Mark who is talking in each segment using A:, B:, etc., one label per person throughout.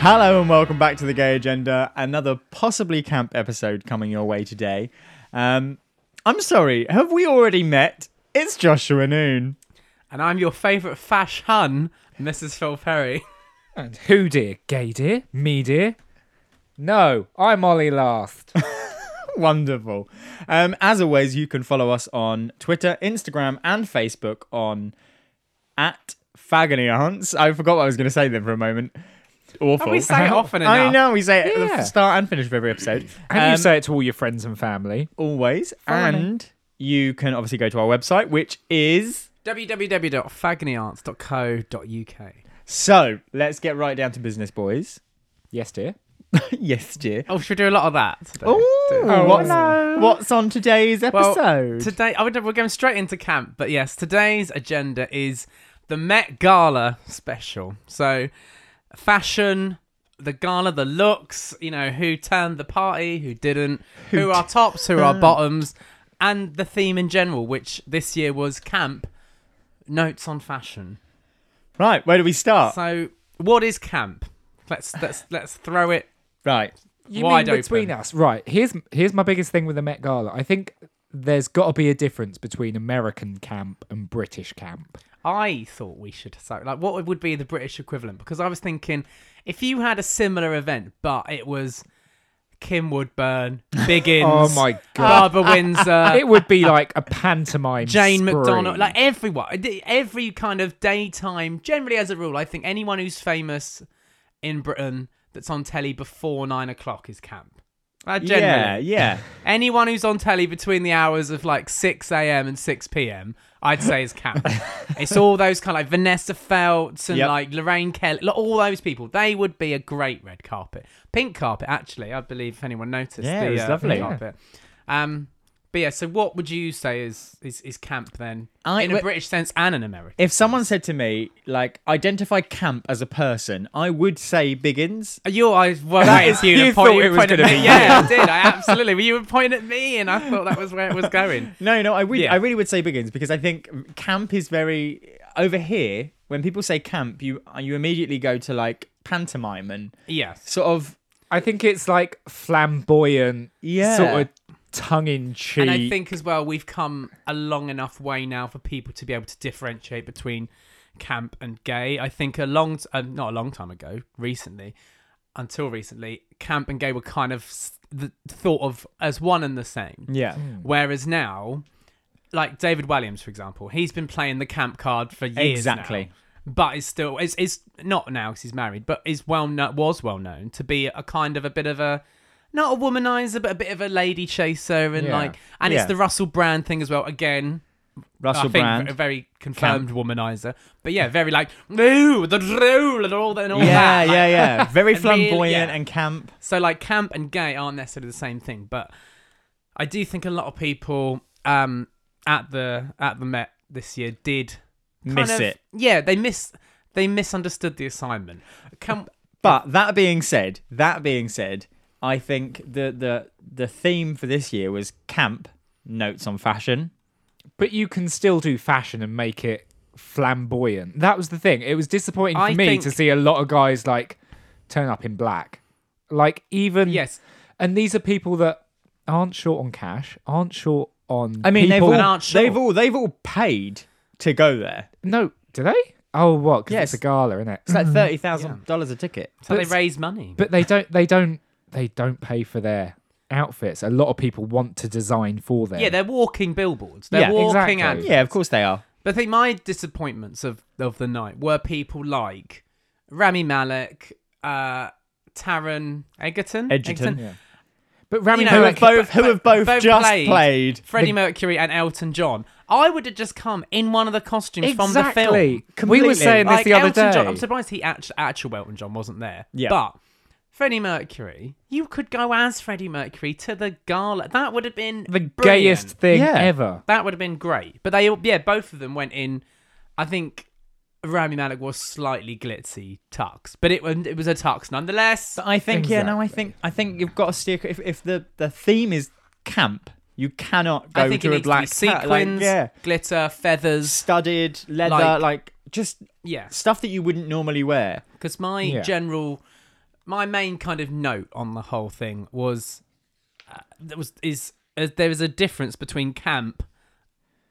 A: Hello and welcome back to the Gay Agenda. Another possibly camp episode coming your way today. Um, I'm sorry, have we already met? It's Joshua Noon.
B: And I'm your favourite fash hun, Mrs. Phil Perry.
C: And who, dear? Gay, dear? Me, dear? No, I'm Ollie Last.
A: Wonderful. Um, as always, you can follow us on Twitter, Instagram, and Facebook on at Fagony Aunts. I forgot what I was going to say then for a moment. Awful.
B: And we say it often
A: I
B: enough.
A: know we say it at
C: Yeah.
A: the start and finish of every episode.
C: And you
A: Um,
C: say it to all your friends and family.
A: always, and you can obviously go to our website, which is
B: www.fagneyarts.co.uk.
A: So let's get right down to business, boys.
C: Yes, dear.
A: yes, dear.
B: Oh, should we do a lot of that today? Oh,
A: what's, what's on today's
B: Well,
A: episode?
B: today, I would, we're going straight into camp, but yes, today's agenda is the Met Gala special. So, fashion, the gala, the looks, you know, who turned the party, who didn't, who, are tops, who are bottoms, and the theme in general, which this year was camp, notes on fashion.
A: right, where do we start?
B: So, what is camp? Let's let's let's throw it
A: right.
C: You
B: wide
C: mean
B: open.
C: between us? Right. Here's here's my biggest thing with the Met Gala. I think there's got to be a difference between American camp and British camp.
B: I thought we should so like what would be the British equivalent because I was thinking if you had a similar event but it was Kim Woodburn, Biggins,
C: Oh my God.
B: Barbara Windsor,
C: it would be like a pantomime.
B: Uh, Jane
C: spree.
B: McDonald, like everyone, every kind of daytime. Generally, as a rule, I think anyone who's famous in Britain that's on telly before nine o'clock is camp. Uh,
A: Yeah,
B: generally,
A: yeah.
B: anyone who's on telly between the hours of like 6 a.m. and 6 p.m., I'd say is camp. it's all those kind of like Vanessa Feltz and
A: Yep.
B: like Lorraine Kelly, like, all those people. They would be a great red carpet. Pink carpet, actually, I believe if anyone noticed.
A: Yeah,
B: the,
A: it was
B: uh,
A: lovely.
B: Pink carpet. Um, but yeah, so what would you say is is, is camp then?
A: I-
B: in a
A: but-
B: British sense and an American.
A: if someone said to me, like, identify camp as a person, I would say Biggins.
B: You, I well, that is you.
C: you
B: to point-
C: thought
B: you
C: it was
B: pointed at
C: gonna
B: me.
C: be
B: Yeah, I did. I absolutely. Well, you were pointing at me, and I thought that was where it was going.
A: No, no, I really,
B: Yeah.
A: I really would say Biggins because I think camp is very over here. When people say camp, you you immediately go to like pantomime and
B: Yes.
A: sort of
C: I think it's like flamboyant,
A: Yeah.
C: sort of tongue in cheek.
B: And I think as well, we've come a long enough way now for people to be able to differentiate between camp and gay. I think a long, t- uh, not a long time ago, recently, until recently, camp and gay were kind of s- th- thought of as one and the same.
A: yeah.
B: Whereas now, like David Williams, for example, he's been playing the camp card for years
A: Exactly.
B: now, but is still is is not now because he's married, but is well known was well known to be a kind of a bit of a not a womanizer, but a bit of a lady chaser and
C: Yeah.
B: like, and
A: Yeah.
B: it's the Russell Brand thing as well. Again,
A: Russell
B: I think
A: Brand.
B: a very confirmed womanizer, but yeah, very like no the rule and all that and all
A: yeah,
B: that. Like,
A: yeah, yeah. Very
B: And really-
A: flamboyant
B: yeah.
A: and camp.
B: so like camp and gay aren't necessarily the same thing, but I do think a lot of people um at the at the Met this year did kind
A: Miss
B: of-
A: it.
B: Yeah, they miss they misunderstood the assignment. Camp
A: But that being said, that being said, I think the the the theme for this year was camp notes on fashion.
C: but you can still do fashion and make it flamboyant. That was the thing. It was disappointing for
B: I
C: me
B: think-
C: to see a lot of guys like turn up in black. Like even
B: yes,
C: and these are people that aren't short on cash, aren't short on.
A: I mean,
C: people-
A: they've
B: And
A: all
B: aren't sure.
A: they've all they've all paid to go there.
C: no, do they? Oh, what? Because
A: Yes.
C: it's a gala, isn't it?
A: It's
B: Mm-hmm.
A: like thirty thousand dollars a ticket.
B: so they
C: But-
B: raise money.
C: But they don't. They don't. They don't pay for their outfits. A lot of people want to design for them.
B: yeah, they're walking billboards. They're
C: Yeah,
B: walking
C: exactly.
B: and
A: Yeah, of course they are.
B: But I think my disappointments of, of the night were people like Rami Malek, uh, Taron Egerton,
A: Edgerton. Yeah.
C: but Rami
B: you know,
A: Who
B: like-
A: have both who
B: but-
A: have both,
B: both
A: just
B: played
A: played,
B: Freddie Mercury and Elton John. I would have just come in one of the costumes from
C: exactly.
B: the film.
C: We
A: Completely.
C: were saying this
B: Like
C: the other
B: Elton
C: day.
B: John, I'm surprised he act- actual Elton John wasn't there.
A: Yeah.
B: But Freddie Mercury, you could go as Freddie Mercury to the gala. That would have been
C: the
B: brilliant.
C: gayest thing
A: Yeah.
C: ever.
B: That would have been great. But they, all- yeah, both of them went in. I think Rami Malek was slightly glitzy tux, but it was it was a tux nonetheless.
A: But I think yeah, no, I think I think you've got to stick if if the the theme is camp, you cannot go
B: I think
A: to
B: it
A: a
B: needs
A: black
B: to be
A: cat,
B: sequins,
A: like, yeah.
B: glitter, feathers.
A: studded leather, like,
B: Like-
A: just
B: Yeah,
A: stuff that you wouldn't normally wear.
B: because my
C: Yeah.
B: general my main kind of note on the whole thing was uh, there was is uh, there is a difference between camp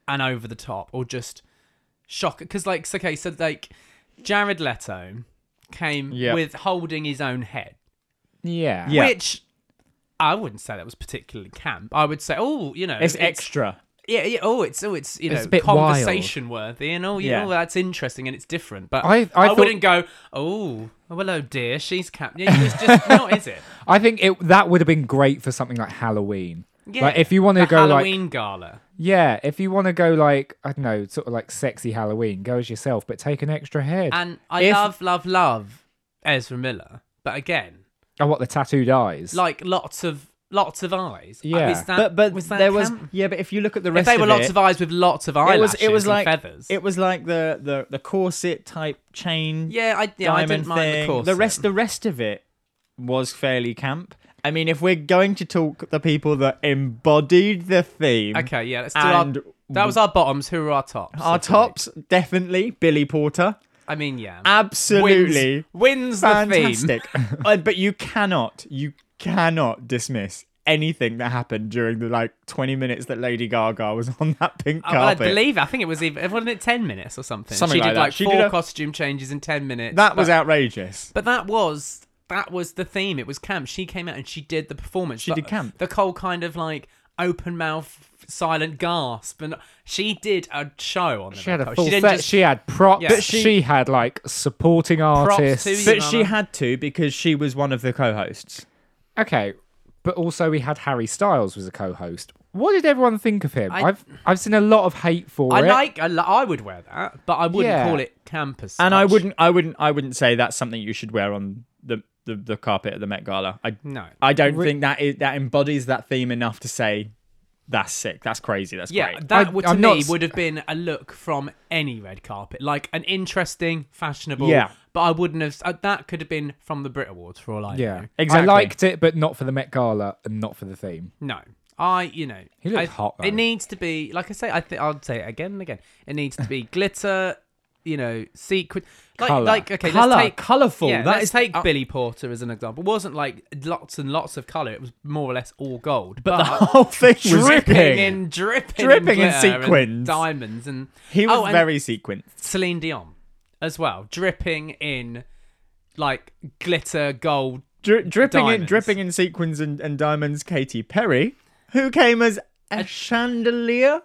B: and over the top or just shock because like so- okay so like Jared Leto came
A: Yeah.
B: with holding his own head
C: Yeah.
A: Yeah.
B: which I wouldn't say that was particularly camp I would say oh you know
A: It's, extra.
B: yeah, yeah oh it's oh it's you know
C: It's a bit wild.
B: conversation worthy and oh you
A: Yeah.
B: know that's interesting and it's different but
C: I- I thought-
B: wouldn't go oh well oh dear she's camp yeah it's just not is it
C: I think it that would have been great for something like Halloween.
B: Yeah,
C: Like if you want to
B: the
C: go like
B: Halloween gala.
C: yeah, if you want to go like I don't know, sort of like sexy Halloween, go as yourself, but take an extra head.
B: And I
C: If-
B: love, love, love Ezra Miller, but again,
C: oh, what the tattooed eyes?
B: like lots of lots of eyes.
C: Yeah.
B: Is that,
A: but but
B: was that
A: there was
B: camp?
A: yeah. But if you look at the
B: if
A: rest,
B: they were
A: of
B: lots
A: it,
B: of eyes with lots of
A: it
B: eyelashes
A: was it was
B: and
A: like
B: feathers.
A: it was like the the the corset type chain.
B: yeah, I yeah, I
A: diamond
B: didn't mind
A: thing.
B: the course.
A: rest, the rest of it was fairly camp. I mean, if we're going to talk the people that embodied the theme,
B: okay, yeah, let's do
A: and-
B: our. That was our bottoms. Who were our tops?
A: our
B: this week?
A: tops definitely Billy Porter,
B: I mean, yeah,
A: absolutely
B: wins, wins the theme.
A: fantastic. Uh, but you cannot, you cannot dismiss anything that happened during the like 20 minutes that Lady Gaga was on that pink
B: Oh, well, I
A: carpet.
B: believe. it. I think it was even wasn't it ten minutes or something.
A: Something
B: she
A: like
B: did
A: that.
B: like
A: She did
B: four
A: a-
B: costume changes in ten minutes.
A: that was
B: but-
A: outrageous.
B: But that was that was the theme. It was camp. She came out and she did the performance. She
A: did camp.
B: The whole kind of like open mouth, silent gasp, and she did a show on the
C: she had a
B: Met Gala.
C: full
B: didn't
C: set.
B: just-
C: She had props.
B: Yeah. But
C: she,
A: she-
C: had like supporting artists.
B: to-
A: But she had to because she was one of the co-hosts.
C: okay, but also we had Harry Styles was a co-host. What did everyone think of him? I,
B: I-
C: have I've seen a lot of hate for
B: I
C: it.
B: like. I, li- I would wear that, but I wouldn't
C: Yeah.
B: call it camp as
A: And I
B: such.
A: wouldn't, I wouldn't, I wouldn't say that's something you should wear on the the, the carpet at the Met Gala. I
B: No.
A: I don't
C: Re-
A: think that is, that embodies that theme enough to say that's sick, that's crazy, that's
B: Yeah,
A: great.
B: that
C: I-
B: would, to
C: I'm
B: me
C: not-
B: would have been a look from any red carpet, like an interesting, fashionable.
A: Yeah.
B: But I wouldn't have. uh, That could have been from the Brit Awards for all I
C: yeah,
B: know.
A: Exactly.
C: I liked it, but not for the Met Gala and not for the theme.
B: No, I you know
C: He looked
B: I-
C: hot, though.
B: It needs to be like I say. I think I'll say it again and again. It needs to be glitter. You know, sequin. Like,
C: Colour.
B: like okay,
A: Colour,
B: let's take
A: colourful,
B: Yeah,
A: that
B: let's
A: is-
B: take Billy Porter as an example. It wasn't like lots and lots of color. It was more or less all gold, but,
A: the whole thing was
B: dripping
C: Dripping.
B: in dripping,
A: Dripping in
B: in glitter and
A: sequins.
B: diamonds, and
A: He was
B: oh, and
A: very sequenced.
B: Celine Dion as well, dripping in like glitter, gold.
A: Dri- dripping in
B: Diamonds.
A: dripping in sequins and, and diamonds, Katy Perry, who came as a, chandelier.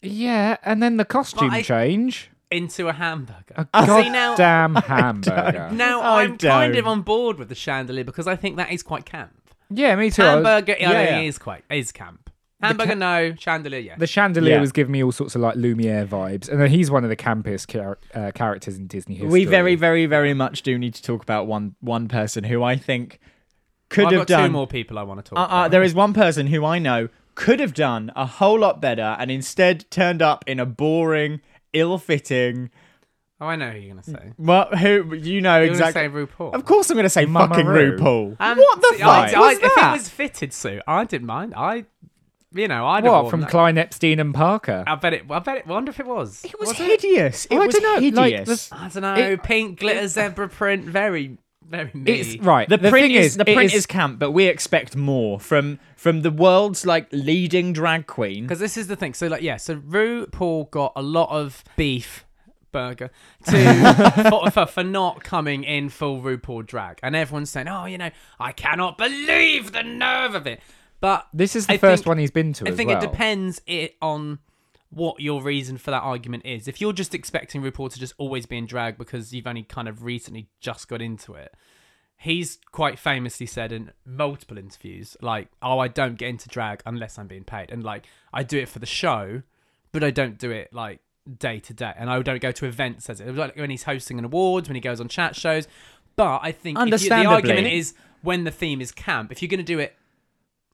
C: Yeah, and then the costume
B: I-
C: change.
B: Into a hamburger. See now,
C: Goddamn hamburger.
B: Now
A: Oh, I
B: I'm kind
A: don't.
B: of on board with the chandelier because I think that is quite camp.
C: Yeah, me too. I was-
B: Hamburger, I
A: yeah,
B: think
A: yeah.
B: is quite is camp. Hamburger, no. Chandelier, yeah.
C: the chandelier
A: Yeah.
C: was giving me all sorts of like Lumiere vibes, and then he's one of the campiest char- uh, characters in Disney history.
A: We very, very, very much do need to talk about one one person who I think could
B: I've
A: have
B: got
A: done
B: two more people I want to talk.
A: Uh,
B: about.
A: uh, there is one person who I know could have done a whole lot better and instead turned up in a boring, ill-fitting.
B: Oh, I know who you're gonna say. You're
A: Well, who you know
B: gonna
A: exactly?
B: say RuPaul.
A: Of course, I'm going to say
C: Mama
A: fucking
C: Ru.
A: RuPaul.
B: Um,
A: what the
B: see,
A: fuck
B: I,
A: was
B: I-
A: that?
B: If it was fitted suit, I didn't mind. I, you know, I'd have
C: what
B: worn
C: from
B: that.
C: Klein Epstein and Parker.
B: I bet it. I bet it. Wonder if it was.
A: It was hideous. It
C: I
A: was
C: dunno,
A: hideous.
C: like, the-
B: I don't know.
C: It-
B: pink glitter zebra print. Very, very me.
C: It's right.
A: the, print
C: thing
A: is, the
C: it
A: print is, camp, but we expect more from from the world's like leading drag queen.
B: Because this is the thing. So like, yeah. So RuPaul got a lot of beef burger to for, for, for not coming in full RuPaul drag, and everyone's saying, "Oh, you know, I cannot believe the nerve of it." But
C: This is the
B: I
C: first
B: think-
C: one he's been to.
B: I
C: as
B: think
C: well.
B: it depends it on what your reason for that argument is. If you're just expecting RuPaul to just always be in drag because you've only kind of recently just got into it, he's quite famously said in multiple interviews, like, "Oh, I don't get into drag unless I'm being paid, and like I do it for the show, but I don't do it like day to day, and I don't go to events as it like when he's hosting an awards, when he goes on chat shows." But I think if you- the
A: Understandably.
B: argument is when the theme is camp. If you're going to do it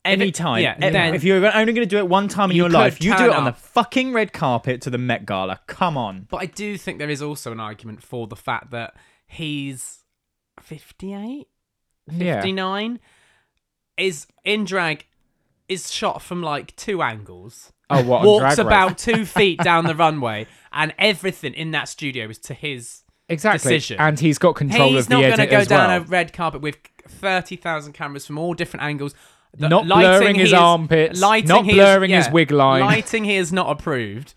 A: Any time,
B: yeah,
A: If-
B: then-
A: if you're only going to do it one time in
B: You
A: your
B: could
A: life, you do
B: turn
A: it on the
B: up.
A: fucking red carpet to the Met Gala. Come on.
B: But I do think there is also an argument for the fact that he's 58,
C: Yeah.
B: 59, is in drag, is shot from like two angles,
C: Oh, what on
B: walks
C: Drag Race?
B: about two feet down the runway, and everything in that studio is to his
C: exactly.
B: decision.
C: And he's got control
B: He's
C: of the
B: not
C: edit
B: going to go
C: as
B: down
C: well.
B: a red carpet with like thirty thousand cameras from all different angles. The
C: Not
B: lighting
C: blurring his
B: he is-
C: armpits,
B: Lighting
C: not
B: he is-
C: blurring his
B: yeah,
C: wig line.
B: Lighting here is not approved.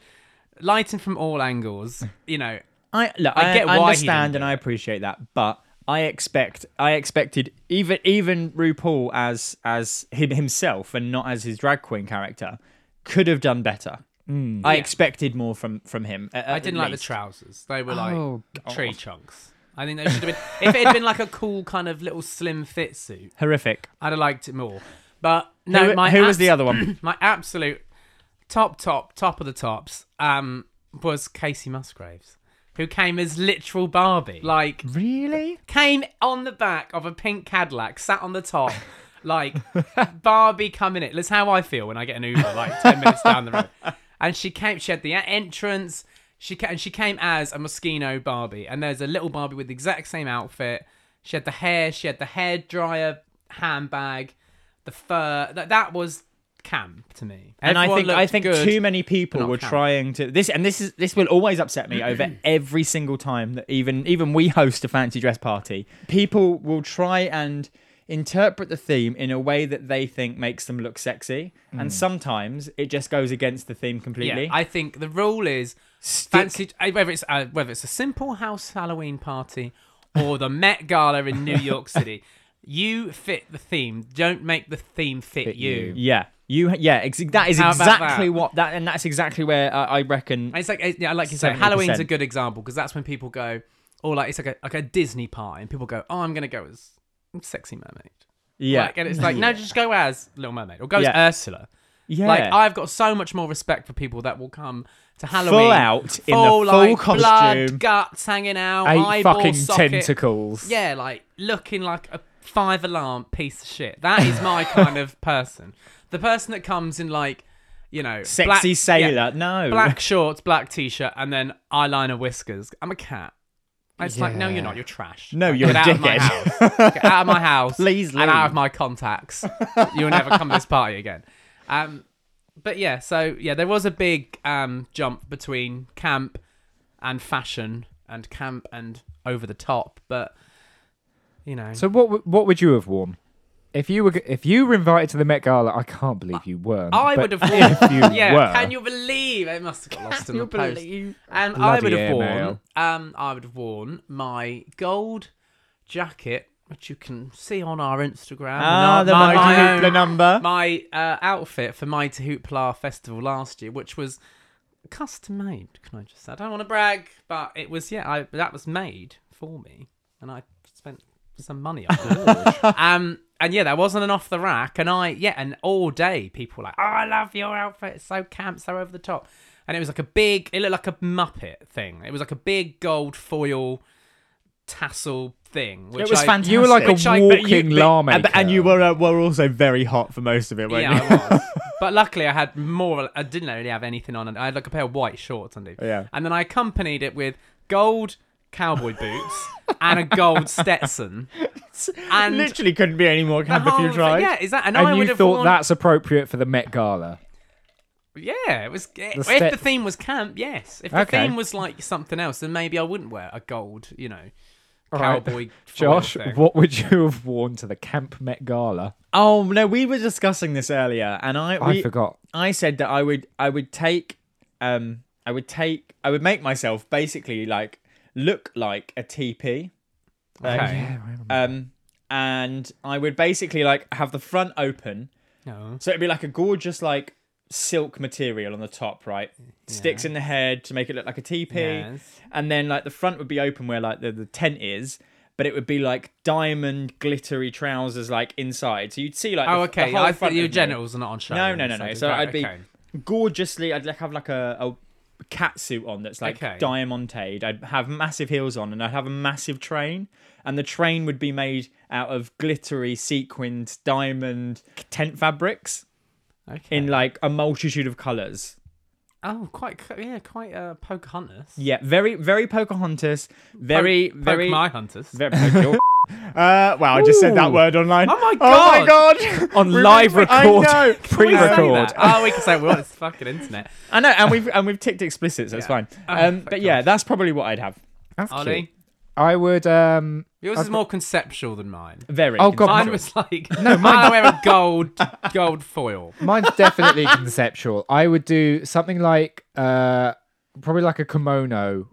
B: Lighting from all angles. You know,
A: I look,
B: I
A: I,
B: get
A: get
B: why he didn't
A: understand
B: do
A: and I appreciate that, but I expect I expected even even RuPaul as as him himself and not as his drag queen character could have done better. I expected more from from him. at-
B: Hmm. I
A: at
B: didn't like the
A: least.
B: trousers. They were like
C: Oh,
B: tree chunks. I think they should have been. if it had been like a cool kind of little slim fit suit,
A: horrific.
B: I'd have liked it more. But no,
A: who
B: my
A: who was
B: abs-
A: the other one?
B: my absolute top, top, top of the tops um, was Casey Musgraves, who came as literal Barbie. Like,
A: really?
B: came on the back of a pink Cadillac, sat on the top, like Barbie coming in. That's how I feel when I get an Uber, like ten minutes down the road. And she came. She had the a- entrance. She ca- and she came as a Moschino Barbie, and there's a little Barbie with the exact same outfit. She had the hair. She had the hair dryer, handbag, the fur. That that was camp to me.
A: And I
B: Everyone
A: think I
B: looked
A: think
B: good.
A: too many people
B: not
A: were
B: Karen.
A: trying to this, and this is this will always upset me over every single time that even even we host a fancy dress party. People will try and interpret the theme in a way that they think makes them look sexy, and sometimes it just goes against the theme completely.
B: Mm. Yeah, I think the rule is fancy uh, whether it's uh, whether it's a simple house Halloween party or the Met Gala in New York City. You fit the theme. Don't make the theme fit, you.
C: you.
A: yeah, you yeah, ex- that is
B: How about that?
A: exactly what that, and that's exactly where uh, I reckon.
B: And It's like yeah, like you said,
A: 70%.
B: Halloween's a good example because that's when people go, or like it's like a like a Disney party, and people go, oh, I'm gonna go as sexy mermaid.
A: yeah,
B: Like, and it's like no, just go as Little Mermaid or go
A: Yeah.
B: as Ursula.
A: yeah.
B: Like I've got so much more respect for people that will come to Halloween
A: out in the full
B: full, like,
A: costume.
B: blood, guts hanging out,
C: Eight
B: eyeball
C: fucking
B: socket.
C: tentacles.
B: Yeah, like looking like a five alarm piece of shit. That is my kind of person. The person that comes in like, you know,
A: Sexy
B: black- yeah,
A: sailor, no.
B: black shorts, black t-shirt, and then eyeliner, whiskers. I'm a cat. It's like no, you're
C: Yeah.
B: not. You're trash.
A: No,
B: Like,
A: you're
B: get
A: a
B: out of my
A: dickhead.
B: house. Get out of my house.
A: Please
B: and out
A: leave.
B: of my contacts. You'll never come to this party again. Um, but yeah, so yeah, there was a big um, jump between camp and fashion, and camp and over the top. But you know,
C: So what w- what would you have worn? If you were g- if you were invited to the Met Gala, I can't believe you weren't.
B: I
C: but
B: would have worn.
C: If you
B: yeah,
C: were,
B: can you believe it must have got lost in the post? And I
C: Bloody
B: would have worn.
C: email.
B: Um, I would have worn my gold jacket, which you can see on our Instagram.
A: ah,
B: and
A: the
B: our- my,
A: Mighty
B: my, own-
A: Hoopla number.
B: my uh, outfit for Mighty Hoopla Festival last year, which was custom made. Can I just say? I don't want to brag, but it was yeah. I that was made for me, and I spent some money on it. um, and yeah, that wasn't an off the rack. And I yeah, and all day people were like, "Oh, I love your outfit. It's so camp, so over the top." And it was like a big. It looked like a Muppet thing. It was like a big gold foil tassel thing. Which
A: It was
B: I-
A: fantastic.
C: You were like a
B: Which I-
A: But
C: walking
A: but-
C: llama.
A: and- And you were uh, were also very hot for most of it, weren't you?
B: Yeah, I was. but luckily, I had more. I didn't really have anything on, and I had like a pair of white shorts underneath.
A: Yeah.
B: And then I accompanied it with gold cowboy boots and a gold Stetson. And
A: Literally couldn't be any more
B: the
A: camp if
B: whole
A: you
B: thing-
A: tried.
B: Yeah, is that? And, I
C: and
B: would
C: you
B: have
C: thought
B: worn,
C: that's appropriate for the Met Gala.
B: Yeah, it was. if
C: Stet-
B: the theme was camp, yes. If the
C: Okay.
B: theme was like something else, then maybe I wouldn't wear a gold. You know.
C: right.
B: Cowboy, foil
C: Josh,
B: thing.
C: what would you have worn to the Camp Met Gala?
A: Oh no, we were discussing this earlier, and I
C: I
A: we-
C: forgot.
A: I said that I would I would take um I would take I would make myself basically like look like a TP. Like,
B: Okay.
A: Um, and I would basically like have the front open,
B: No.
A: so it'd be like a gorgeous like silk material on the top, right? Sticks in the head to make it look like a TP.
B: Yes.
A: and then like the front would be open where like the, the tent is but it would be like diamond glittery trousers like inside so you'd see like
B: Oh,
A: the- the
B: okay.
A: whole
B: I
A: front
B: thought your
A: of me.
B: genitals are not on show.
A: no no no no so
B: right,
A: i'd be
B: okay.
A: gorgeously i'd like have like a, a cat suit on that's like
B: Okay.
A: diamonded i'd have massive heels on and i'd have a massive train and the train would be made out of glittery sequined diamond tent fabrics
B: Okay.
A: in like a multitude of colors
B: Oh, quite c- yeah, quite uh, Pocahontas.
A: yeah very very pocahontas very
B: Poke-
A: very
B: poke my hunters.
A: Very uh, wow, I just said that
C: Ooh.
A: word online.
B: Oh my
A: Oh my
B: God.
A: god!
C: On
A: We-
C: live
A: we- I
C: record,
A: know.
B: Can we say
C: pre-record.
B: that? Oh, we can say well, it's fucking internet.
A: I know, and we've and we've ticked explicit, so it's
B: Yeah.
A: fine. Um,
B: thank
A: but yeah,
B: God.
A: that's probably what I'd have.
C: That's cute.
B: Ollie,
C: I would. Um,
B: Yours is more conceptual than mine.
A: Very.
C: Oh, God,
B: Mine
A: conceptual.
B: was like no, mine I wear a gold gold foil.
C: mine's definitely conceptual. I would do something like uh, probably like a kimono,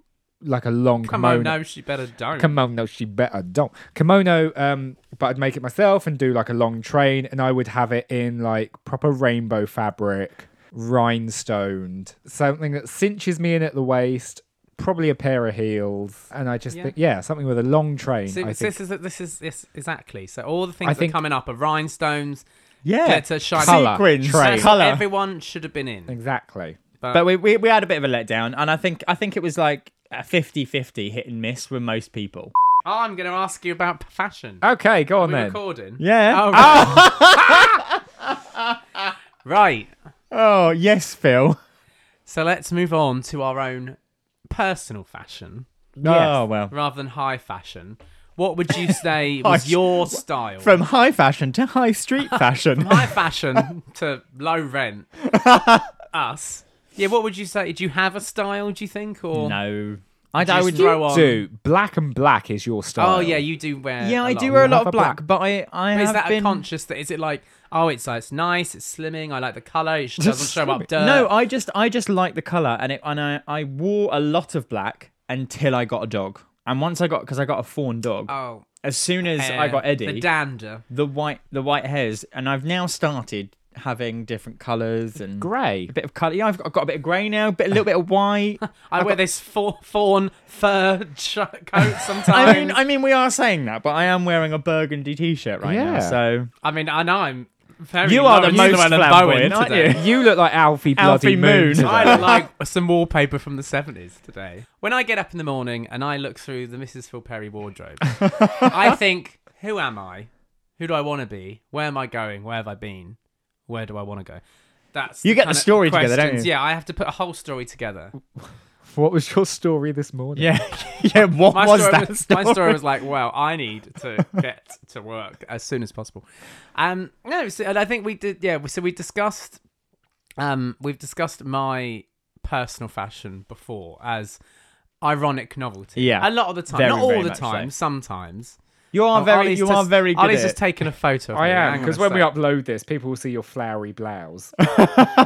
C: like a long
B: Come
C: kimono.
B: on, no, she better don't.
C: Kimono, she better don't. Kimono, um, but I'd make it myself and do like a long train, and I would have it in like proper rainbow fabric, rhinestoned, something that cinches me in at the waist, probably a pair of heels, and I just
B: Yeah.
C: think, yeah, something with a long train.
B: See,
C: I
B: this,
C: think
B: is this is this exactly. So all the things that
C: think-
B: are coming up are rhinestones,
A: yeah.
B: glitter, shiny
C: Colour,
A: Sequins.
C: train.
B: That's
A: Colour.
B: what everyone should have been in.
C: exactly.
A: but we, we, we had a bit of a letdown and i think i think it was like a 50-50 hit and miss with most people
B: Oh, I'm going to ask you about fashion.
C: Okay, go on
B: we
C: then.
B: recording?
A: Yeah.
B: Oh, right. right.
A: oh yes phil
B: So let's move on to our own personal fashion
A: oh well
B: rather than high fashion. What would you say was
A: High-
B: your style?
A: from high fashion to high street fashion
B: high fashion to low rent. Us. Yeah, what would you say? Do you have a style, do you think? Or
A: no i,
B: you
A: I would
B: throw on-
C: Do black and black is your style?
B: Oh yeah, you do wear
A: yeah
B: I
A: i do wear a lot
C: Have a
A: of black, but i i
B: Is
A: have
B: that
A: been
B: a conscious that is it like oh it's it's nice, it's slimming, I like the colour, it doesn't show up
C: slimming.
B: dirt.
A: no i just i just like the color and it and i i wore a lot of black until i got a dog and once i got because i got a fawn dog
B: Oh
A: as soon as
B: hair,
A: i got eddie
B: The dander.
A: the white the white hairs and i've now started having different colors and
C: grey.
A: a bit of color yeah i've got, I've got a bit of gray now a bit a little bit of white
B: I, wear this fawn, fawn fur ch- coat sometimes.
A: i mean i mean we are saying that but i am wearing a burgundy t-shirt right now
C: Yeah.
A: so
B: I mean, I know I'm very.
A: You are the
B: low
A: most
B: and low
A: flamboyant,
B: in
A: aren't
B: today.
A: you?
C: You look like Alfie bloody
A: Alfie
C: Moon.
A: Moon.
C: today.
B: I look like some wallpaper from the 70s today. When I get up in the morning and I look through the Mrs. Phil Perry wardrobe, I think, who am I? Who do I want to be? Where am I going? Where have I been? Where do I want to go? That's
A: You get the
B: kind of
A: story together, don't
B: questions-
A: you?
B: Yeah, I have to put a whole story together.
C: What was your story this morning?
A: yeah yeah what
B: My
A: was
B: story
A: that
B: was,
A: story?
B: my story was like, well, I need to get to work as soon as possible. Um, no, so, and I think we did. Yeah, so we discussed, um, we've discussed my personal fashion before as ironic novelty.
A: Yeah,
B: a lot of the time,
A: very,
B: not all
A: very
B: the
A: much
B: time.
A: so.
B: Sometimes
A: you are
B: Oh,
A: very
B: Ali's
A: you
B: just-
A: are very good
B: Ali's
A: at
B: just
A: it.
B: taken a photo. Of
C: I
B: me.
C: am
B: Hang on
C: because
B: a
C: when we
B: sec.
C: upload this, people will see your flowery blouse.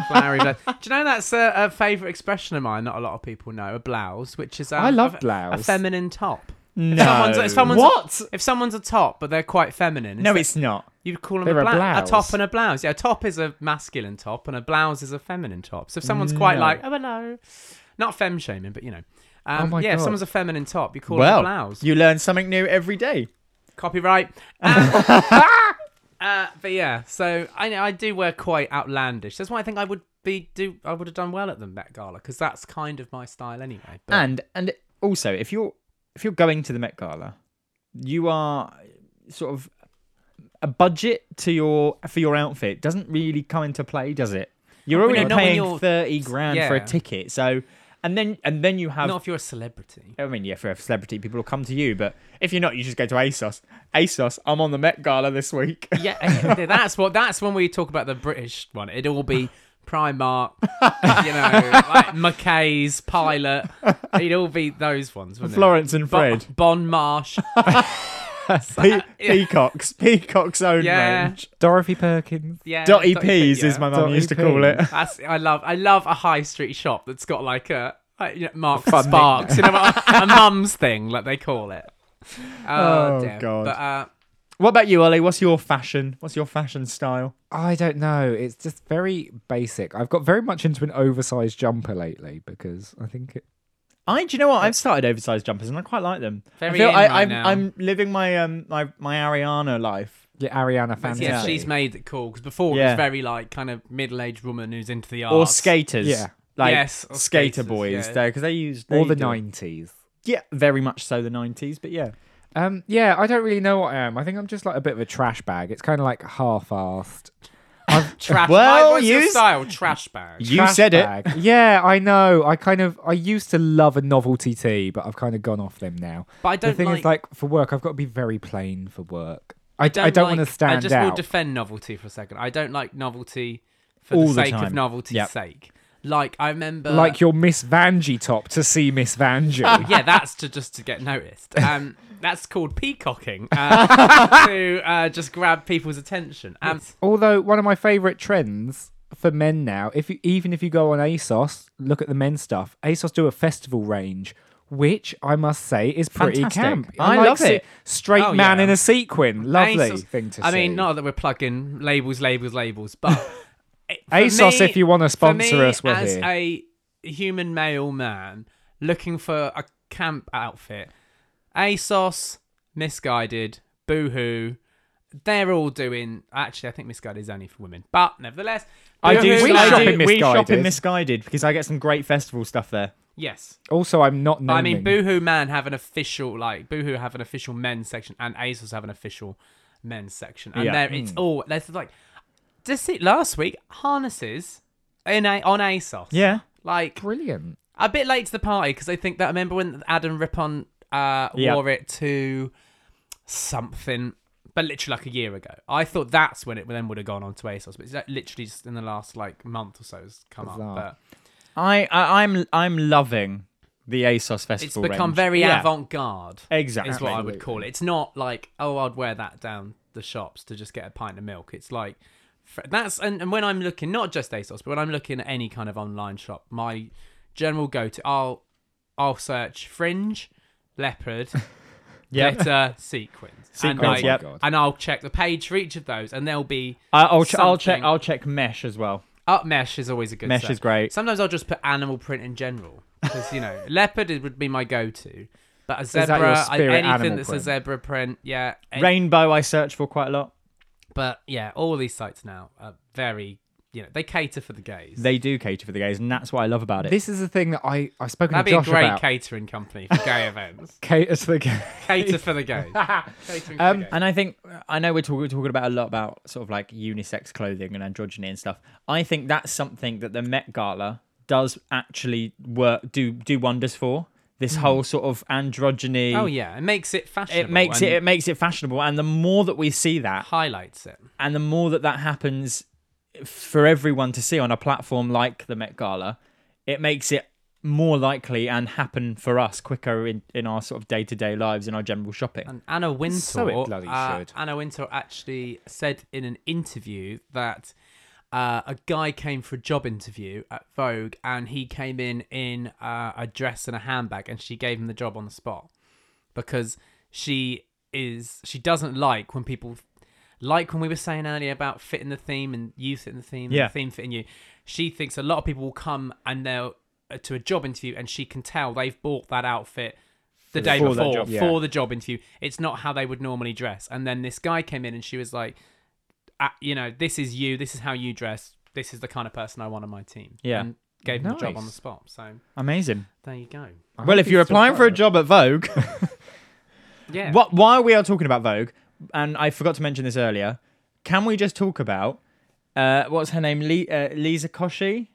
B: flowery blouse. Do you know that's a, a favourite expression of mine? Not a lot of people know a blouse, which is um,
C: I love
B: a-
C: blouse.
B: A feminine top.
A: no
B: If someone's, if someone's
A: what
B: if someone's a top, but they're quite feminine.
A: no
B: that-
A: it's not
B: you'd call them
C: They're
B: a,
C: a
B: bla- a
C: blouse.
B: top and a blouse. Yeah, a top is a masculine top, and a blouse is a feminine top. So if someone's quite
A: No.
B: like, oh hello, not femme shaming, but you know, um,
C: Oh my
B: yeah, if
C: God.
B: someone's a feminine top, you call it a
A: well
B: blouse.
A: you learn something new every day
B: Copyright. Um, uh, but yeah, so I know I do wear quite outlandish. That's why I think I would be do I would have done well at the Met Gala because that's kind of my style anyway. But
A: and and also if you're if you're going to the Met Gala, you are sort of a budget to your for your outfit doesn't really come into play, does it? You're
B: when
A: already
B: you're- not when
A: paying
B: you're-
A: thirty grand for
B: yeah.
A: a ticket, so and then and then you have.
B: not if you're a celebrity.
A: I mean, yeah, for a celebrity, people will come to you, but if you're not, you just go to ASOS. ASOS, I'm on the Met Gala this week.
B: Yeah, yeah, that's what. That's when we talk about the British one. It'd all be Primark, you know, like McKay's Pilot. It'd all be those ones. Wouldn't
A: Florence and
B: it? Bo-
A: Fred,
B: Bon Marsh.
A: Pe-
B: uh, yeah.
A: peacocks, peacocks own
B: Yeah.
A: range.
C: Dorothy Perkins.
B: Yeah, E
A: Dotty E P's
B: yeah.
A: is my mum
C: Dotty
A: used to call it.
C: P's.
B: That's I love. I love a high street shop that's got like a like, you know, Mark
A: Fun
B: Sparks, you know, a, a mum's thing, like they call it. Oh,
A: Oh,
B: dear.
A: God.
B: But uh,
A: What about you, Ollie? What's your fashion? What's your fashion style?
C: I don't know. It's just very basic. I've got very much into an oversized jumper lately because I think it.
A: I do you know what? I've started oversized jumpers and I quite like them.
B: Very
A: I feel
B: in
A: I,
B: right
A: I'm
B: now.
A: I'm living my um my my Ariana life.
C: Yeah, Ariana fantasy.
B: yeah, she's made it cool because before it was
A: Yeah.
B: very like kind of middle-aged woman who's into the arts
A: Or skaters.
C: Yeah.
A: Like
B: Oh, Yes,
A: skater
B: or skaters,
A: boys
B: yeah.
A: there because they use they
C: All the
A: do-
C: nineties.
A: Yeah, very much so the nineties, but yeah.
C: Um, yeah, I don't really know what I am. I think I'm just like a bit of a trash bag. It's kind of like half-assed.
B: Trash.
A: Well,
B: what's your
A: you-
B: style? Trash bag.
A: You
C: Trash
A: said it.
C: bag. Yeah, I know. I kind of I used to love a novelty tea, but I've kind of gone off them now.
B: But I
C: The
B: don't
C: thing
B: like.
C: is, like for work, I've got to be very plain for work. I
B: don't
C: I don't want
B: like-
C: to stand
B: I just
C: out.
B: will defend novelty for a second. I don't like novelty for
A: All
B: the
A: the
B: sake of
A: time.
B: novelty's
A: Yep.
B: sake. Like I remember,
C: like your Miss Vanjie top to see Miss Vanjie.
B: yeah, that's to just to get noticed. Um, that's called peacocking uh, to uh, just grab people's attention. Um,
C: Although one of my favorite trends for men now, if you even if you go on ASOS, look at the men's stuff. ASOS do a festival range, which I must say is pretty
A: Fantastic.
C: camp.
A: I
C: like
A: love
C: se-
A: it.
C: Straight
B: Oh,
C: man
B: yeah.
C: in a sequin, lovely
B: ASOS
C: thing to
B: I
C: see.
B: mean, not that we're plugging labels, labels, labels, but it- for
C: ASOS,
B: me-
C: if you want to
B: for
C: sponsor
B: me,
C: us, we're
B: as
C: here.
B: a human male man looking for a camp outfit, ASOS, Misguided, Boohoo, they're all doing. Actually, I think Misguided is only for women, but nevertheless,
A: I do.
B: Boohoo-
C: We
A: I
C: shop
A: do-
C: in
A: We shop in
C: Misguided.
A: misguided because I get some great festival stuff there.
B: Yes,
C: also, I'm not
B: but
C: naming.
B: I mean, Boohoo Man have an official like Boohoo have an official men's section, and ASOS have an official men's section, and
A: Yeah. Hmm.
B: there it's all. There's like, just see last week harnesses in a on ASOS.
A: Yeah.
B: like
C: Brilliant.
B: A bit late to the party because I think that I remember when Adam Rippon uh,
A: Yeah.
B: wore it to something, but literally like a year ago. I thought that's when it then would have gone on to ASOS, but it's like literally just in the last like month or so has come
C: Bizarre.
B: up.
A: I, I I'm I'm loving the ASOS
B: But it's
A: festival.
B: become
A: range.
B: very
A: Yeah.
B: avant-garde.
A: Exactly.
B: is what I would call it. It's not like oh I'd wear that down the shops to just get a pint of milk. It's like fr- that's and, and when I'm looking not just ASOS but when I'm looking at any kind of online shop, my general go to I'll I'll search fringe, leopard,
A: Yeah.
B: glitter, sequins, and,
A: Sequins,
B: like,
A: yep.
B: and I'll check the page for each of those, and there'll be
A: I- I'll ch- I'll check
B: something.
A: I'll check mesh as well.
B: up mesh is always a good
A: Mesh
B: search.
A: is great.
B: Sometimes I'll just put animal print in general because you know leopard is- would be my go to. But a
C: that
B: zebra,
C: your
B: I-
C: spirit
B: anything
C: animal
B: that's a
C: print?
B: zebra print, yeah, a-
A: Rainbow I search for quite a lot.
B: But yeah, all these sites now are very, you know, they cater for the gays.
A: They do cater for the gays, and that's what I love about it.
C: This is the thing that I I've spoken
B: That'd
C: to
B: be a
C: Josh
B: great
C: about.
B: catering company for gay events.
C: Cater to the game.
B: Cater for the gays. Catering for
C: Um,
B: the gays.
A: and I think I know we're, talk- we're talking about a lot about sort of like unisex clothing and androgyny and stuff. I think that's something that the Met Gala does actually work do do wonders for. This whole sort of androgyny.
B: Oh yeah, it makes it fashionable.
A: It makes it
B: and
A: it makes it fashionable, and the more that we see that,
B: highlights it.
A: and the more that that happens for everyone to see on a platform like the Met Gala, it makes it more likely and happen for us quicker in, in our sort of day to day lives in our general shopping.
B: And Anna Wintour,
C: So it bloody
B: uh,
C: should.
B: Anna Wintour actually said in an interview that uh, a guy came for a job interview at Vogue, and he came in in uh, a dress and a handbag, and she gave him the job on the spot because she is she doesn't like when people like when we were saying earlier about fitting the theme and you fitting the theme,
A: Yeah.
B: and the theme fitting you. She thinks a lot of people will come and they'll uh, to a job interview, and she can tell they've bought that outfit the day
A: For that
B: before
A: job.
B: for
C: Yeah.
B: the job interview. It's not how they would normally dress. And then this guy came in, and she was like, "Ah, "You know, this is you. This is how you dress. This is the kind of person I want on my team."
A: Yeah.
B: And gave him a job on the
C: Nice.
B: spot. So
A: Amazing.
B: there you go.
A: well, if you're applying for a job at Vogue,
B: Yeah.
A: what while we are talking about Vogue, and I forgot to mention this earlier, can we just talk about uh, what's her name, Lee, uh, Lisa Koshy,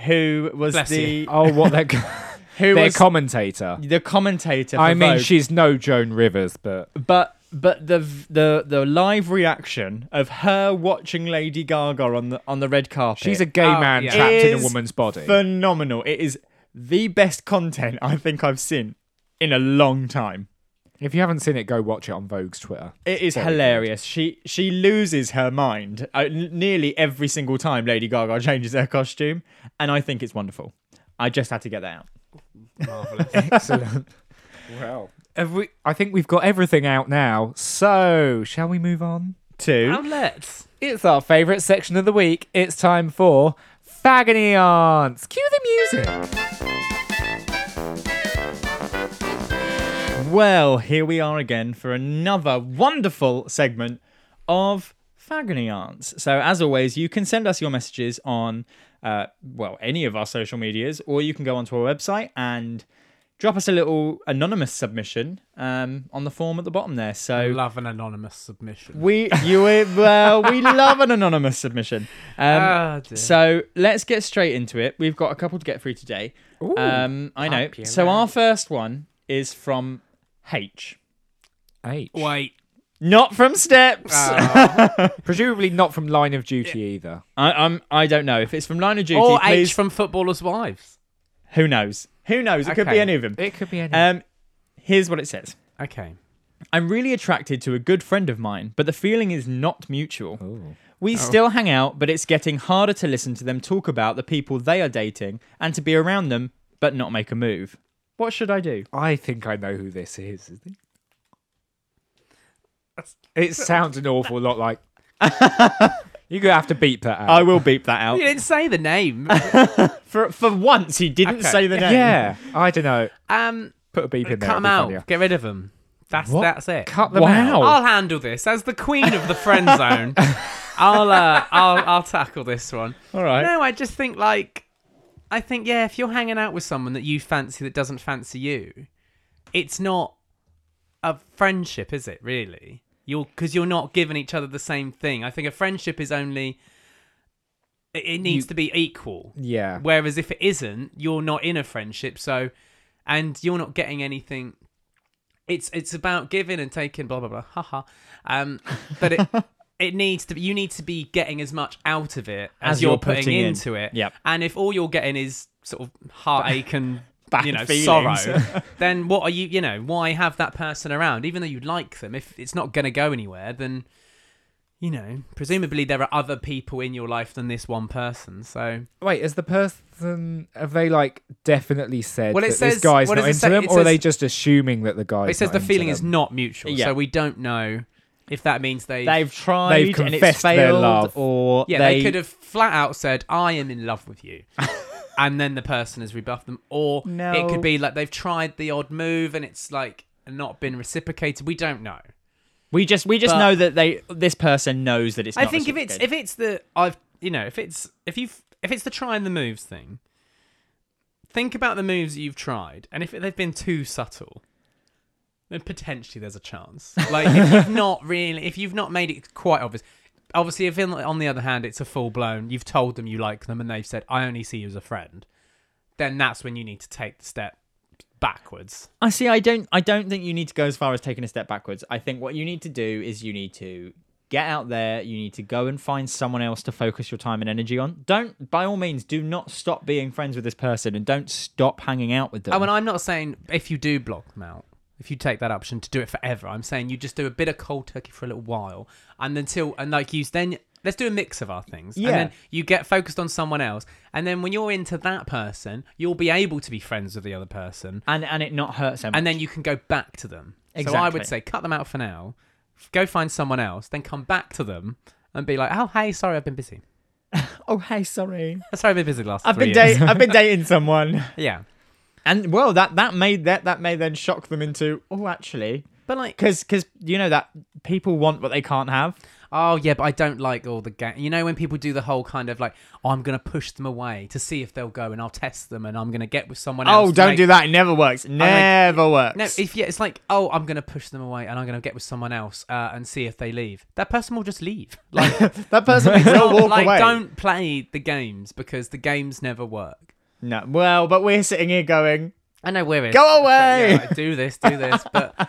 A: who was
B: Bless
A: the
C: Oh, what that
A: who
C: their
A: was
C: commentator.
A: the commentator. For
C: I mean,
A: Vogue.
C: she's no Joan Rivers, but
A: But but the the the live reaction of her watching Lady Gaga on the on the red carpet.
C: she's a gay
B: Oh,
C: man
B: yeah.
C: trapped in a
A: is
C: woman's body.
A: phenomenal. It is the best content I think I've seen in a long time.
C: If you haven't seen it, go watch it on Vogue's Twitter.
A: It is
C: Very
A: hilarious. She she loses her mind uh, n- nearly every single time Lady Gaga changes her costume, and I think it's wonderful. I just had to get that out.
C: Excellent. well, have we, I think we've got everything out now. So, shall we move on?
A: Two.
B: outlets?
C: It's our favourite section of the week. It's time for Fagony Aunts. Cue the music.
A: Well, here we are again for another wonderful segment of Fagony Aunts. So, as always, you can send us your messages on, uh, well, any of our social medias, or you can go onto our website and drop us a little anonymous submission um, on the form at the bottom there.
B: I
A: So,
B: love an anonymous submission.
A: we, you, well, we love an anonymous submission. Um,
B: Ah, dear.
A: so let's get straight into it. We've got a couple to get through today. um, I know.
B: popular.
A: So our first one is from H.
C: H.
B: Wait,
A: Not from steps.
B: Uh,
C: Presumably not from Line of Duty either.
A: I, I'm. I don't know if it's from Line of Duty.
B: or
A: please,
B: H from Footballers' Wives.
A: who knows? Who knows? It could be
B: Okay.
A: any of them.
C: It could be any.
A: Um, here's what it says.
B: Okay.
A: I'm really attracted to a good friend of mine, but the feeling is not mutual.
B: Oh.
A: We still hang out, but it's getting harder to listen to them talk about the people they are dating and to be around them, but not make a move. What should I do?
C: I think I know who this is. Isn't it?
B: That's-
C: it sounds an awful lot like. You're gonna have to beat that out.
B: Oh,
A: I will beep that out.
B: You didn't say the name.
A: For for once, he didn't
B: Okay.
A: say the name.
C: yeah, I don't know.
B: Um,
C: Put a beep in there.
B: cut them
C: it'd
B: out.
C: be
B: Get rid of them. That's
C: What?
B: that's it.
C: funnier. Cut them
A: Wow.
C: out.
B: I'll handle this as the queen of the friend zone. I'll uh, I'll I'll tackle this one.
A: All right.
B: No, I just think like I think yeah, if you're hanging out with someone that you fancy that doesn't fancy you, it's not a friendship, is it? Really, you're because you're not giving each other the same thing. I think a friendship is only it, it needs to be equal.
C: Yeah.
B: Whereas if it isn't, you're not in a friendship, so and you're not getting anything. It's it's about giving and taking, blah blah blah, haha. Um, but it it needs to you need to be getting as much out of it as,
A: As
B: you're,
A: you're
B: putting,
A: putting in.
B: into it.
A: Yep.
B: And if all you're getting is sort of heartache and
A: Bad
B: you know
A: feelings.
B: sorrow, then what are you? You know why have that person around? Even though you like them, if it's not going to go anywhere, then you know presumably there are other people in your life than this one person. So
C: Wait, is the person have they like definitely said
B: Well, it
C: that
B: says-
C: this guy's
B: what
C: not
B: does it
C: into
B: say?
C: them,
B: It
C: or are
B: says-
C: they just assuming that the guy?
B: It says the feeling is not mutual,
A: Yeah.
B: so we don't know if that means they.
A: They've tried
C: They've
A: and it's
C: confessed their
A: failed,
C: love.
A: or
B: yeah, they, could have flat out said, "I am in love with you," and then the person has rebuffed them, or it
A: No.
B: could be like they've tried the odd move and it's like not been reciprocated. We don't know.
A: We just we just
B: But-
A: know that they this person knows that it's.
B: I
A: not
B: think if it's
A: reciprocated.
B: if it's the I've you know if it's if you have if it's the trying the moves thing, think about the moves that you've tried, and if they've been too subtle, then potentially there's a chance. Like if you've not really if you've not made it quite obvious. Obviously, if in, on the other hand it's a full blown, you've told them you like them, and they've said I only see you as a friend, then that's when you need to take the step backwards.
A: I see. I don't. I don't think you need to go as far as taking a step backwards. I think what you need to do is you need to get out there. You need to go and find someone else to focus your time and energy on. Don't, by all means, do not stop being friends with this person and don't stop hanging out with them.
B: Oh, and I'm not saying if you do block them out, if you take that option to do it forever, I'm saying you just do a bit of cold turkey for a little while, and until and like you then let's do a mix of our things,
A: Yeah.
B: and then you get focused on someone else, and then when you're into that person, you'll be able to be friends with the other person,
A: and and it not hurts them.
B: and then you can go back to them. So I
A: Exactly.
B: would say cut them out for now, f- go find someone else, then come back to them and be like, oh hey, sorry, I've been busy.
A: oh hey, sorry.
B: Sorry, I've been busy the last.
A: I've
B: three
A: been
B: years."
A: dating. I've been dating someone,
B: yeah,
A: and well, that that may that that may then shock them into oh actually.
B: but like.
A: Because, because you know that people want what they can't have.
B: Oh yeah, but I don't like all the gang. You know when people do the whole kind of like, oh, I'm gonna push them away to see if they'll go, and I'll test them, and I'm gonna get with someone else.
A: Oh, don't
B: like-
A: do that. It never works. Never works.
B: No, if yeah, it's like, oh, I'm gonna push them away, and I'm gonna get with someone else, uh, and see if they leave. That person will just leave. Like,
A: that person will
B: don't,
A: walk
B: like,
A: away.
B: don't play the games because the games never work.
A: No. Well, but we're sitting here going,
B: I know we're in.
A: Go away!
B: Yeah, like, do this, do this, but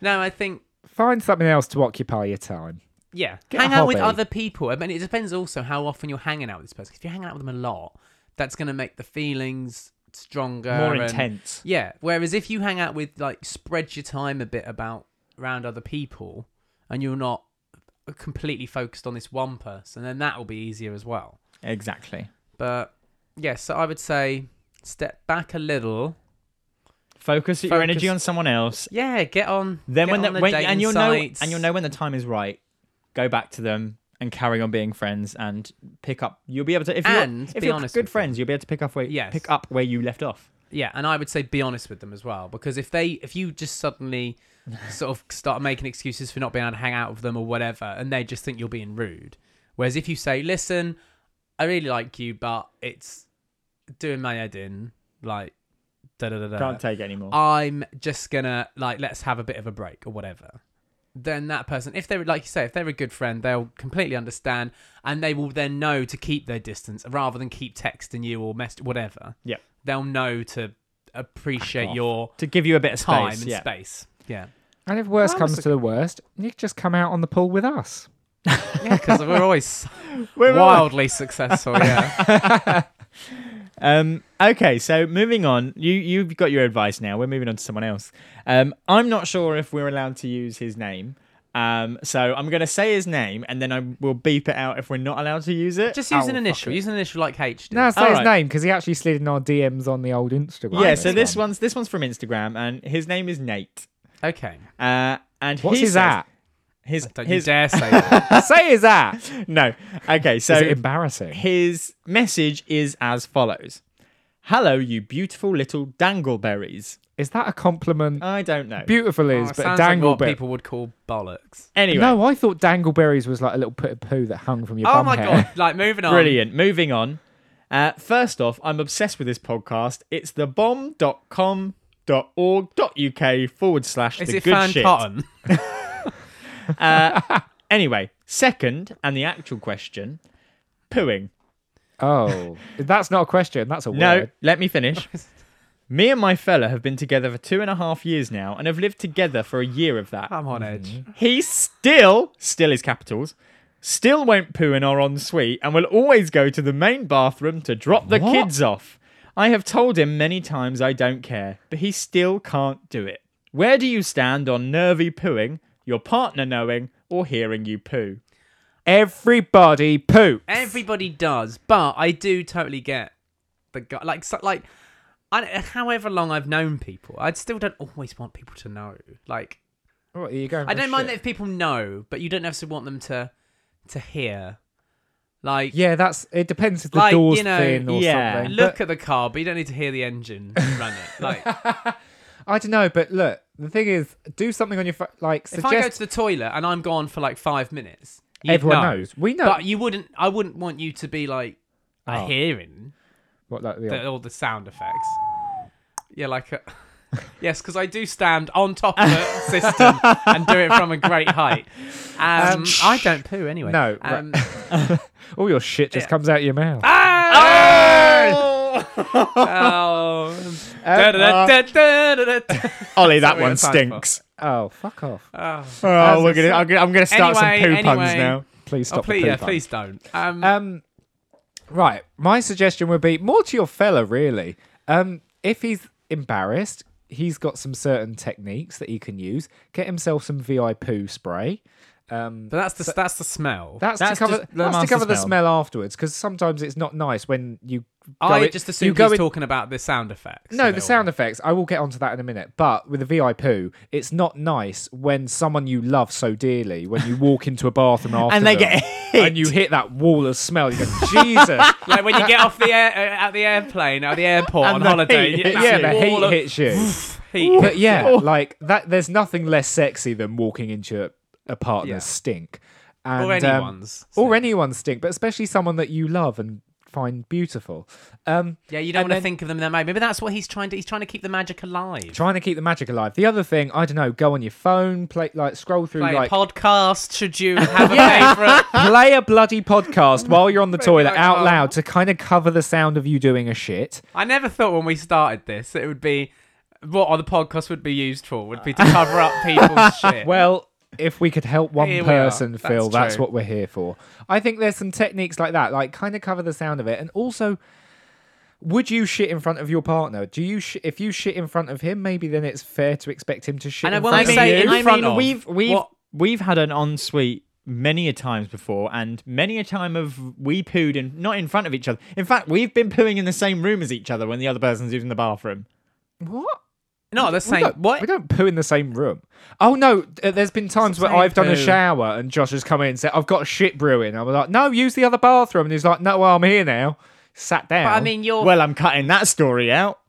B: no, I think
C: Find something else to occupy your time.
B: Yeah,
C: Get a
B: hang out with
C: hobby.
B: other people. I mean, it depends also how often you're hanging out with this person. If you're hanging out with them a lot, that's going to make the feelings stronger,
A: more
B: and-
A: intense.
B: Yeah. Whereas if you hang out with like spread your time a bit about around other people, and you're not completely focused on this one person, then that will be easier as well.
A: Exactly.
B: But yeah, so I would say step back a little.
A: Focus your energy
B: Focus.
A: on someone else.
B: Yeah, get on.
A: Then
B: get
A: when,
B: on
A: the,
B: the
A: when
B: dating
A: and you'll know
B: sites.
A: and you'll know when the time is right, go back to them and carry on being friends and pick up. You'll be able to if you're,
B: And
A: if
B: be
A: you're
B: honest
A: good
B: with
A: friends, you'll be able to pick up where
B: Yes.
A: pick up where you left off.
B: Yeah, and I would say be honest with them as well, because if they, if you just suddenly sort of start making excuses for not being able to hang out with them or whatever, and they just think you're being rude. Whereas if you say, "Listen, I really like you, but it's doing my head in," like da da da da.
A: Can't take it anymore.
B: I'm just gonna like let's have a bit of a break or whatever. Then that person, if they're like you say, if they're a good friend, they'll completely understand, and they will then know to keep their distance rather than keep texting you or mess whatever.
A: Yeah.
B: they'll know to appreciate
A: off.
B: your
A: to give you a bit of
B: time
A: space.
B: and
A: yeah.
B: space. Yeah,
C: And if worst
B: Well,
C: comes
B: it's
C: to the worst, you just come out on the pool with us.
B: because we're always
A: We're-
B: wildly successful. Yeah,
A: Um, okay, so moving on. You you've got your advice now. We're moving on to someone else. Um, I'm not sure if we're allowed to use his name. Um, so I'm gonna say his name, and then I will beep it out if we're not allowed to use it.
B: just use
A: Oh,
B: an
A: fuck
B: initial.
A: it.
B: Use an initial like H. Did.
C: No, say his
A: Alright.
C: name because he actually slid in our DMs on the old Instagram.
A: Yeah. So this one's this one's from Instagram, and his name is Nate.
B: Okay.
A: Uh, and
C: What's
A: he
C: his
A: says-
C: at?
A: His
B: Don't
A: his
B: you dare say that.
C: say his at.
A: no. Okay, so
C: Is it embarrassing?
A: his message is as follows: "Hello, you beautiful little dangleberries."
C: Is that a compliment?
A: I don't know.
C: Beautiful
B: Uh, Oh,
C: is,
B: it
C: but
B: sounds
C: dangleberry.
B: like what people would call bollocks.
A: anyway,
C: No, I thought dangleberries was like a little pit of poo that hung from your
B: Oh
C: bum
B: my
C: hair.
B: god! Like moving on.
A: Brilliant. Moving on. Uh, first off, I'm obsessed with this podcast. It's the bomb.com.org.uk forward slash
B: Is
A: the
B: it
A: good
B: fan
A: shit.
B: cotton?
A: Anyway, second, and the actual question pooing.
C: Oh, that's not a question. That's a
A: No,
C: word.
A: let me finish. me and my fella have been together for two and a half years now and have lived together for a year of that.
B: I'm on edge.
A: He still, still is capitals, still won't poo in our ensuite and will always go to the main bathroom to drop the
C: What?
A: kids off. I have told him many times I don't care, but he still can't do it. Where do you stand on nervy pooing, your partner knowing, or hearing you poo?
C: Everybody poops.
B: Eh, Everybody does, but I do totally get the guy. Like, so, like, I, however long I've known people, I still don't always want people to know. Like,
C: What, are you going
B: I
C: for
B: don't mind that
C: Oh, shit?
B: if people know, but you don't necessarily want them to to hear. Like,
C: Yeah, that's. It depends if the
B: Like, you
C: door's
B: know,
C: thin or
A: yeah.
C: something.
B: look at the car, but you don't need to hear the engine run it. Like,
C: I don't know, but look, the thing is, do something on your phone. Like,
B: if I go
C: suggest
B: to the toilet and I'm gone for like five minutes, you'd
C: everyone
B: know.
C: knows. We know
B: But you wouldn't. I wouldn't want you to be like a
C: Oh.
B: hearing
C: what like, the
B: the, all the sound effects. Yeah, like a, yes, because I do stand on top of the system and do it from a great height. Um, I don't poo anyway.
C: No, right.
B: Um,
C: all your shit just comes out of your mouth. Um,
B: oh.
C: uh,
A: Ollie, that one
B: we got time for.
A: stinks.
C: Oh, fuck off!
B: Oh,
A: Oh, we're
C: As I
A: gonna, I'm gonna, I'm gonna start
B: Anyway,
A: some poo puns
B: anyway.
A: now.
C: Please stop.
B: oh, please,
C: the
B: yeah,
C: poo pun.
B: please don't. Um,
C: Um, right. My suggestion would be more to your fella, really. Um, if he's embarrassed, he's got some certain techniques that he can use. Get himself some VI poo spray. Um,
B: but that's the that's the smell.
C: That's,
A: That's
C: to cover,
A: just the
C: that's to
A: master
C: cover the
A: smell.
C: smell afterwards, because sometimes it's not nice when you. Go
A: Oh,
B: I
C: in-
B: just
C: you
B: assumed
C: go
B: he's
C: in-
B: talking about the sound effects.
C: No,
B: of
C: the
B: it all.
C: sound effects. I will get onto that in a minute. But with the VI poo, it's not nice when someone you love so dearly, when you walk into a bathroom after
A: And they
C: them
A: get
C: and you hit that wall of smell. You go, Jesus,
B: Like when you get off the air uh, at the airplane at the airport
A: And
B: on
A: the
B: holiday.
A: heat
B: you-
A: hits
B: that
C: yeah,
A: you.
C: the
B: wall
C: hate
B: of
C: hits you.
B: heat.
C: But yeah, like that. There's nothing less sexy than walking into a, a partner's
B: Yeah.
C: stink, and,
B: Or
C: um,
B: anyone's.
C: or anyone's stink, but especially someone that you love and find beautiful. Um,
B: Yeah, you don't
C: And
B: want to
C: then-
B: think of them that way. Maybe that's what he's trying to. He's trying to keep the magic alive.
C: trying to keep the magic alive. The other thing, I don't know, go on your phone, play like scroll through
B: Like,
C: like.
B: podcast, should you have a favorite?
C: Play a bloody podcast while you're on the toilet
B: like,
C: out
B: oh.
C: loud to kind of cover the sound of you doing a shit.
B: I never thought when we started this it would be what other podcast would be used for would be to cover up people's shit.
C: Uh. Well, if we could help one
B: Here we are.
C: person,
B: That's
C: Phil, that's
B: true.
C: what we're here for. I think there's some techniques like that, like kind of cover the sound of it, and also. Would you shit in front of your partner? Do you sh- if you shit in front of him, maybe then it's fair to expect him to shit
B: And
C: in
B: when
C: front
B: I
C: of
B: say
C: you.
B: in
A: I
B: front
A: mean,
B: of,
A: we've we've
B: what-
A: we've had an ensuite many a times before, and many a time of we pooed in not in front of each other. In fact, we've been pooing in the same room as each other when the other person's using the bathroom.
C: what?
B: no, the
C: We
B: same.
C: don't,
B: What?
C: We don't poo in the same room. Oh no, th- there's been times where
B: same
C: I've done a
B: poo.
C: shower and Josh has come in and said, "I've got a shit brewing." I was like, "No, use the other bathroom," and he's like, "No, well, I'm here now." Sat down.
B: I mean, you're.
A: Well, I'm cutting that story out.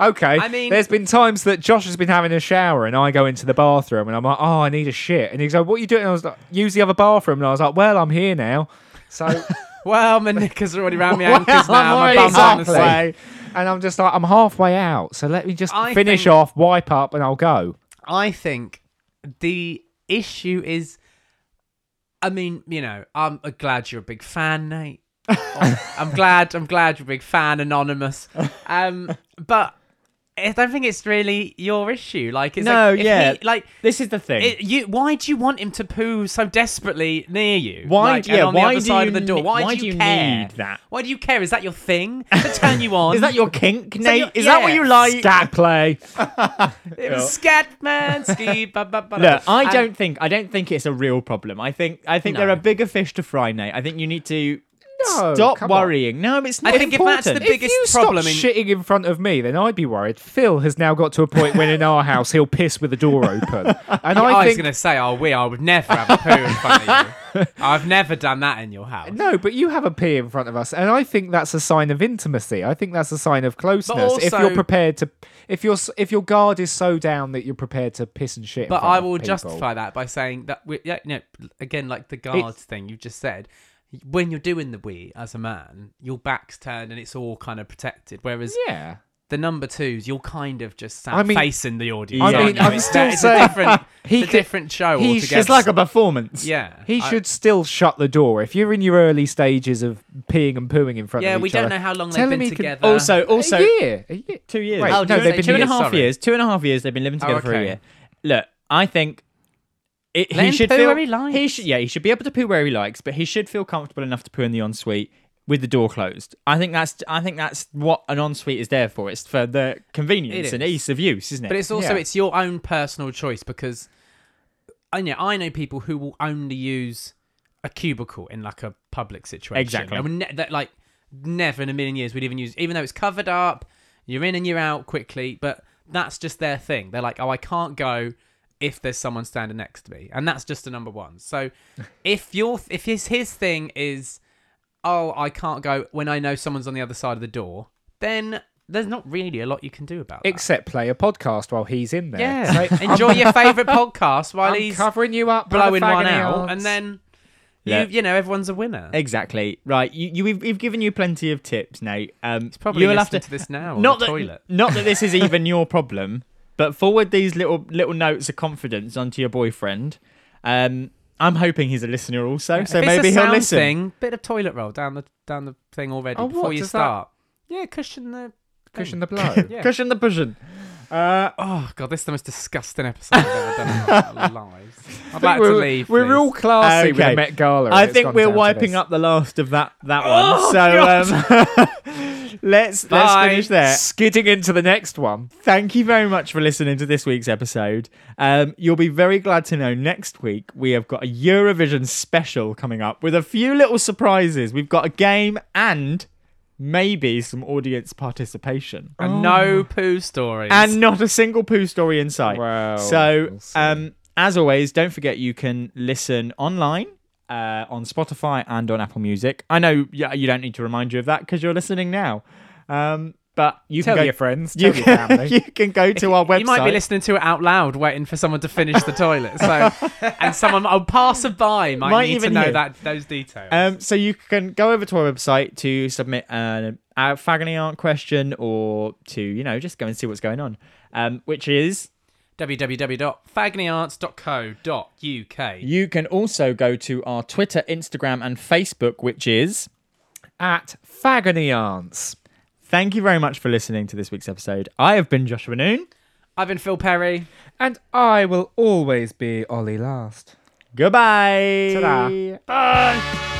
C: Okay. I
B: mean-
C: mean, there's been times that Josh has been having a shower and I go into the bathroom and I'm like, oh, I need a shit. And he's like, what are you doing? And I was like, use the other bathroom. And I was like, well, I'm here now. So,
B: well, my knickers are already round my
A: Well,
B: ankles now.
A: I'm
B: My
A: already
B: bum's on the
A: halfway.
B: seat.
C: and I'm just like, I'm halfway out. So let me just
B: I
C: finish
B: think-
C: off, wipe up, and I'll go.
B: I think the issue is, I mean, you know, I'm uh, glad you're a big fan, Nate. I'm glad, I'm glad you're a big fan, Anonymous. Um, but I don't think it's really your issue. Like, it's
A: No,
B: like, if
A: yeah.
B: he- like,
A: This is the thing.
B: it, you. Why do you want him to poo so desperately near you?
A: Why
B: Like,
A: do-
B: and
A: yeah,
B: on the
A: why
B: other
A: do
B: side
A: you
B: of the door?
A: ne-
B: Why,
A: why
B: do
A: do
B: you
A: you
B: care?
A: need that?
B: Why do you care? Is that your thing? To turn you on?
A: is that your kink,
B: that
A: Nate?
B: your-
A: is
B: yeah.
A: that what you like?
C: Scat play.
B: It was Scatman, ski, ba, ba, ba, da.
A: Look, I
B: And-
A: don't think I don't think it's a real problem. I think I think there
B: No.
A: are bigger fish to fry, Nate. I think you need to
C: No,
A: stop
C: come on.
A: worrying. No, but it's
B: I
A: not
B: think if
A: important.
B: that's the big-
C: if
B: biggest
C: you
B: problem in-
C: stop shitting in front of me, then I'd be worried. Phil has now got to a point when in our house he'll piss with the door open,
B: I,
C: and I
B: was
C: think
B: going to say, oh, we, I would never have a poo in front of you. I've never done that in your house.
C: no, but you have a pee in front of us, and I think that's a sign of intimacy. I think that's a sign of closeness. if
B: also-
C: you're prepared to, if your if your guard is so down that you're prepared to piss and shit. in
B: But
C: front
B: I
C: of
B: will
C: people.
B: justify that by saying that, we, yeah, you know, again, like the guards thing you just said, when you're doing the wee as a man, your back's turned and it's all kind of protected. Whereas
C: Yeah.
B: the number twos, you're kind of just sat
C: I mean-
B: facing the audience.
A: I
B: aren't
A: mean,
B: you?
A: I'm
B: It's
C: still
B: a- it's
C: saying
B: a different,
C: he
B: it's a
C: could-
B: different show
C: he should-
B: altogether.
A: it's like a performance.
B: yeah,
C: He
B: I-
C: should still shut the door. If you're in your early stages of peeing and pooing in front
B: Yeah,
C: of each
B: we don't
C: other,
B: know how long they've
C: tell him
B: been
C: he can-
B: together.
A: Also, also,
C: a year. A year.
A: two years.
C: Wait,
A: oh,
C: no,
A: no,
C: they've been
A: two and a
B: years,
A: half
B: sorry.
A: years. Two and a half years. They've been living together for a
B: okay.
A: year. Look, I think. It,
B: Let
A: he
B: him
A: should
B: poo
A: feel
B: where he likes.
A: should, yeah, he should be able to poo where he likes, but he should feel comfortable enough to poo in the ensuite with the door closed. I think that's I think that's what an ensuite is there for. It's for the convenience
B: It
A: and
B: is.
A: ease of use, isn't it?
B: But it's also
C: Yeah.
B: it's your own personal choice because I know I know people who will only use a cubicle in like a public situation.
A: Exactly.
B: I would ne- that like never in a million years would even use, even though it's covered up. You're in and you're out quickly, but that's just their thing. They're like, oh, I can't go if there's someone standing next to me, and that's just the number one. So if your if his his thing is oh, I can't go when I know someone's on the other side of the door, then there's not really a lot you can do about it.
C: Except play a podcast while he's in there.
B: Yeah.
C: So,
B: Enjoy your favourite podcast while
C: I'm
B: he's
C: covering you up,
B: blowing one
C: motherfucking
B: out,
C: ants.
B: and then you,
A: Yeah.
B: you know everyone's a winner.
A: Exactly right. You, you we've, we've given you plenty of tips, Nate. Um,
B: He's probably
A: you
B: listening
A: will have
B: to, this now on
A: not
B: Oh, the
A: that
B: toilet.
A: not that this is even your problem, but forward these little little notes of confidence onto your boyfriend. Um, I'm hoping he's a listener also, so
B: if
A: maybe
B: it's a
A: he'll
B: sound
A: listen.
B: Thing, bit of toilet roll down the down the thing already
C: Oh,
B: before
C: what?
B: you
C: Does that-
B: start. Yeah, cushion the
C: cushion the blow.
B: Yeah.
A: Cushion the cushion. Uh,
B: Oh god, this is the most disgusting episode I've ever done in my lives. I'm about to
C: we're,
B: leave.
C: we're
B: please.
C: all classy with
A: Oh, Okay.
C: the Met Gala. and
A: I
C: it's
A: think
C: gone
A: we're
C: down to
A: wiping
C: this.
A: up the last of that that one. so um, let's
B: Oh, Bye.
A: let's finish there.
C: Skidding into the next one.
A: Thank you very much for listening to this week's episode. Um, you'll be very glad to know next week we have got a Eurovision special coming up with a few little surprises. We've got a game and maybe some audience participation.
B: and no poo stories.
A: Oh. And not a single poo story in sight.
C: Well,
A: so,
C: we'll see.
A: um, as always, don't forget you can listen online. Uh, on Spotify and on Apple Music. I know yeah, you don't need to remind you of that because you're listening now. Um, but you
C: Tell
A: can go,
C: your friends.
A: you
C: Tell your
A: can,
C: family.
A: you can go to our website.
B: You might be listening to it out loud, waiting for someone to finish the toilet. So, and someone, a passerby, might,
A: Might
B: need
A: even
B: to know
A: hear.
B: that those details.
A: Um, so you can go over to our website to submit an a Fagony Aunt question or to, you know, just go and see what's going on. Um, which is
B: www.fagonyarts.co.uk.
A: you can also go to our Twitter, Instagram, and Facebook, which is
C: At Fagony Aunts.
A: thank you very much for listening to this week's episode. I have been Joshua Noon.
B: I've been Phil Perry.
C: And I will always be Ollie last.
A: Goodbye.
C: Ta-da.
A: Bye.